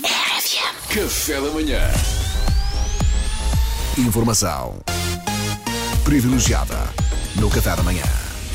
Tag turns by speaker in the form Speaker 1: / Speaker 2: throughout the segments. Speaker 1: FM.
Speaker 2: Café da manhã. Informação privilegiada no Café da manhã.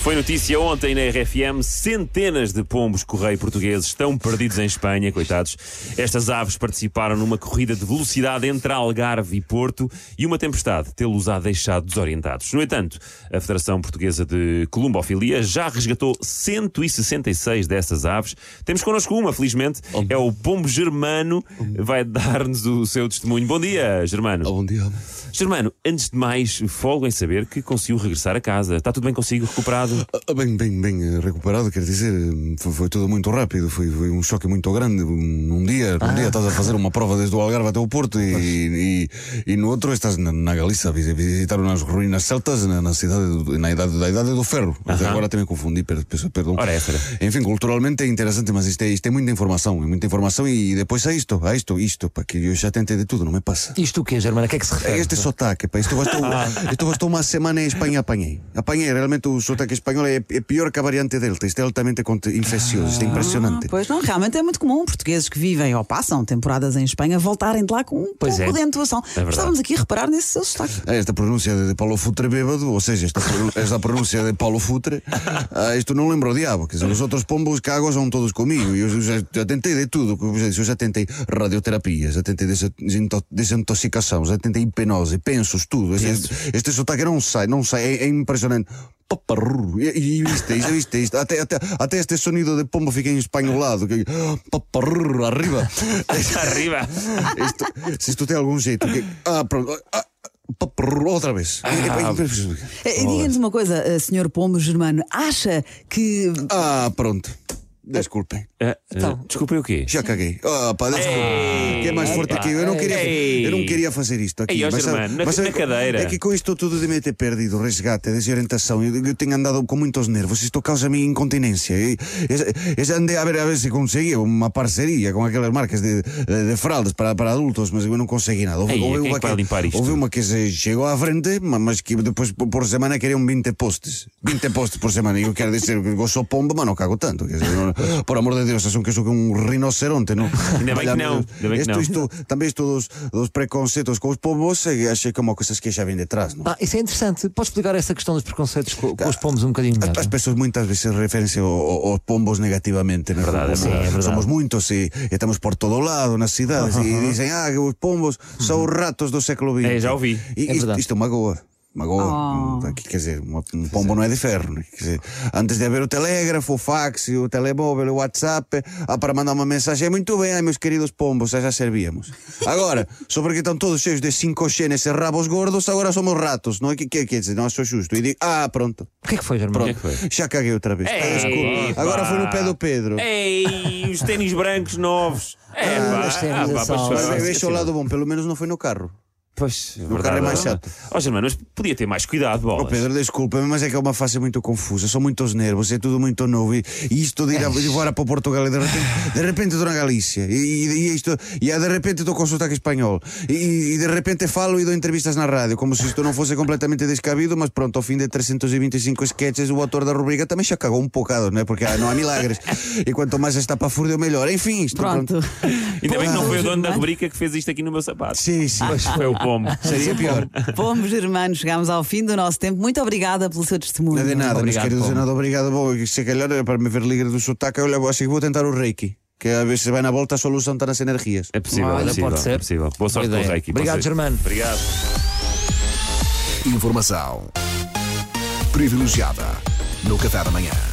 Speaker 3: Foi notícia ontem na RFM: centenas de pombos correio portugueses estão perdidos em Espanha, coitados. Estas aves participaram numa corrida de velocidade entre Algarve e Porto e uma tempestade tê-los a deixado desorientados. No entanto, a Federação Portuguesa de Columbofilia já resgatou 166 dessas aves. Temos connosco uma, felizmente. É o pombo germano. Vai dar-nos o seu testemunho. Bom dia, germano.
Speaker 4: Tá Bom dia.
Speaker 3: Germano, antes de mais, folgo em saber que conseguiu regressar a casa. Está tudo bem consigo, recuperado?
Speaker 4: Ah, Bem, bem, bem eh, recuperado, quer dizer, eh, foi, foi tudo muito rápido, foi, foi um choque muito grande. Um, um dia,
Speaker 3: Ah.
Speaker 4: um dia estás a fazer uma prova desde o Algarve até o Porto e, e, e no outro estás na, na Galiza a visi- visitar umas ruínas celtas na, na cidade do- na idade, da idade do ferro. Até Agora também confundi, per, peço perdão.
Speaker 3: Ora, é, espera.
Speaker 4: Enfim, culturalmente é interessante, mas isto é, isto é muita informação, é muita informação e, depois é isto, é isto, isto, para que eu já tentei de tudo, não me passa.
Speaker 5: Isto o quê, Germana? A que é que se refere?
Speaker 4: Este sotaque, pá, isto bastou, isto bastou uma semana em Espanha apanhei. Apanhei, realmente o sotaque espanhol é, é pior que a variante delta. Isto é altamente cont- infeccioso, isto é impressionante.
Speaker 6: Pois não, realmente é muito comum portugueses que vivem ou passam temporadas em Espanha voltarem de lá com um
Speaker 3: Pois
Speaker 6: pouco
Speaker 3: é.
Speaker 6: de entoação.
Speaker 3: verdade.
Speaker 6: Estávamos aqui a reparar nesse seu sotaque.
Speaker 4: Ah, Esta pronúncia de Paulo Futre bêbado, ou seja, esta, pronú- esta pronúncia de Paulo Futre, ah, isto não lembro o diabo. Quer dizer, os outros pombos cagos são todos comigo. Eu já, já tentei de tudo, como já disse, eu já tentei radioterapia, já tentei desinto- desintoxicação, já tentei hipnose, pensos, tudo. Este, este sotaque não sai, não sai, é, é impressionante. Paparru. E, e viste, e já viste isto. Até, até, até este sonido de pombo fica em espanholado. que- Paparru, arriba.
Speaker 3: Arriba!
Speaker 4: Isto, se isto tem algum jeito. que- ah, pronto. Ah, pa- prrr, outra vez.
Speaker 3: Ah,
Speaker 4: eh, É, pá, impressionante.
Speaker 6: Eh, Diga-nos uma coisa, eh, senhor Pombo Germano, acha que.
Speaker 4: Ah, pronto. Desculpem.
Speaker 3: Ah,
Speaker 5: Então.
Speaker 3: ah, Desculpa, eu o quê?
Speaker 4: Já caguei. Ah, pá, desculpem. Que é mais forte que eu. Eu não queria,
Speaker 3: Ei.
Speaker 4: eu não queria fazer isto aqui.
Speaker 3: Ei, ó,
Speaker 4: sabe-
Speaker 3: Germano, na-
Speaker 4: sabe-
Speaker 3: na cadeira.
Speaker 4: É que com isto tudo de me ter perdido, resgate, desorientação, eu, eu tenho andado com muitos nervos. Isto causa-me incontinência. E, eu, eu andei a ver, a ver se conseguia uma parceria com aquelas marcas de, de, de fraldas para, para adultos, mas eu não consegui nada. Houve,
Speaker 3: Ei,
Speaker 4: houve
Speaker 3: quem é
Speaker 4: uma
Speaker 3: que vai limpar isto?
Speaker 4: houve uma que se chegou à frente, ma- mas que depois po- por semana queriam 20 postes. 20 postes por semana. E eu quero dizer que eu sou pomba, mas não cago tanto. Quer dizer, não- por amor de Deus, acham que eu sou um rinoceronte, não?
Speaker 3: Ainda bem que não, ainda bem que
Speaker 4: Isto-
Speaker 3: não.
Speaker 4: isto- também isto dos, dos preconceitos com os pombos, eh, achei como coisas que já vêm de trás, não?
Speaker 5: Ah, isso é interessante. Podes explicar essa questão dos preconceitos co- com os
Speaker 4: Tá.
Speaker 5: pomos um bocadinho melhor?
Speaker 4: As pessoas muitas vezes referem-se ao- ao- aos pombos negativamente. Né?
Speaker 3: Verdade,
Speaker 4: Como
Speaker 3: sim, é verdade.
Speaker 4: Somos muitos e e estamos por todo lado nas cidades e dizem, ah, que os pombos são os ratos do século XX.
Speaker 3: É, já ouvi.
Speaker 4: E
Speaker 5: É
Speaker 4: isto,
Speaker 5: verdade.
Speaker 4: isto magoa. Magoa. Quer dizer, uma- um pombo não é de ferro. né? Quer dizer, antes de haver o telégrafo, o fax, o telemóvel, o WhatsApp, ah, para mandar uma mensagem, muito bem, ai, meus queridos pombos, já já servíamos. Agora, só porque estão todos cheios de 5G nesses rabos gordos, agora somos ratos, não é? Que, que, quer dizer, não acho justo. E digo, ah, pronto.
Speaker 5: O que é que foi, Germana?
Speaker 4: Pronto, já caguei outra vez.
Speaker 3: Ei,
Speaker 4: Ah, desculpa.
Speaker 3: pá. É,
Speaker 4: Agora foi no pé do Pedro.
Speaker 3: Ei, os ténis brancos novos! É,
Speaker 5: Ah,
Speaker 3: pá,
Speaker 5: os ténis
Speaker 3: ah,
Speaker 5: da
Speaker 3: pá,
Speaker 5: sala.
Speaker 3: pois,
Speaker 4: Mas
Speaker 5: Ah,
Speaker 3: pois,
Speaker 4: deixa o lado bom, pelo menos não foi no carro.
Speaker 3: Pois, é
Speaker 4: carro
Speaker 3: verdade.
Speaker 4: é mais chato.
Speaker 3: Ó, Germano, mas podia ter mais cuidado,
Speaker 4: Oh,
Speaker 3: bolas.
Speaker 4: Pedro, desculpa-me, mas é que é uma fase muito confusa. São muitos nervos, é tudo muito novo. E, e isto de ir a- de embora para Portugal e de repente, de repente estou na Galícia. E, e- e isto, e ah, de repente estou com sotaque espanhol. E, e de repente falo e dou entrevistas na rádio, como se isto não fosse completamente descabido. Mas pronto, ao fim de 325 sketches, o autor da rubrica também já cagou um bocado, né? Porque ah, não há milagres. E quanto mais está para fúria, melhor. Enfim, isto
Speaker 6: Pronto.
Speaker 3: Ainda bem que não foi o dono da
Speaker 6: Germano.
Speaker 3: rubrica que fez isto aqui no meu sapato.
Speaker 4: Sim, sim.
Speaker 3: Mas foi o pombo.
Speaker 4: Seria pior.
Speaker 6: Pombo Germano, chegámos ao fim do nosso tempo. Muito obrigada pelo seu testemunho.
Speaker 4: Não é de nada, meus
Speaker 5: Obrigado,
Speaker 4: queridos,
Speaker 5: Paulo.
Speaker 4: nada obrigado. Bom, se calhar eh, para me ver livre do sotaque, olha, vou- assim que vou tentar o Reiki. Que a ver se vai na volta, solução está nas energias.
Speaker 3: É possível,
Speaker 5: Olha,
Speaker 3: é possível.
Speaker 5: pode ser.
Speaker 3: É possível. Boa sorte com o
Speaker 5: ideia.
Speaker 3: Reiki.
Speaker 5: Obrigado,
Speaker 3: Boa sorte.
Speaker 5: Germano.
Speaker 3: Obrigado.
Speaker 2: Informação privilegiada no Café da manhã.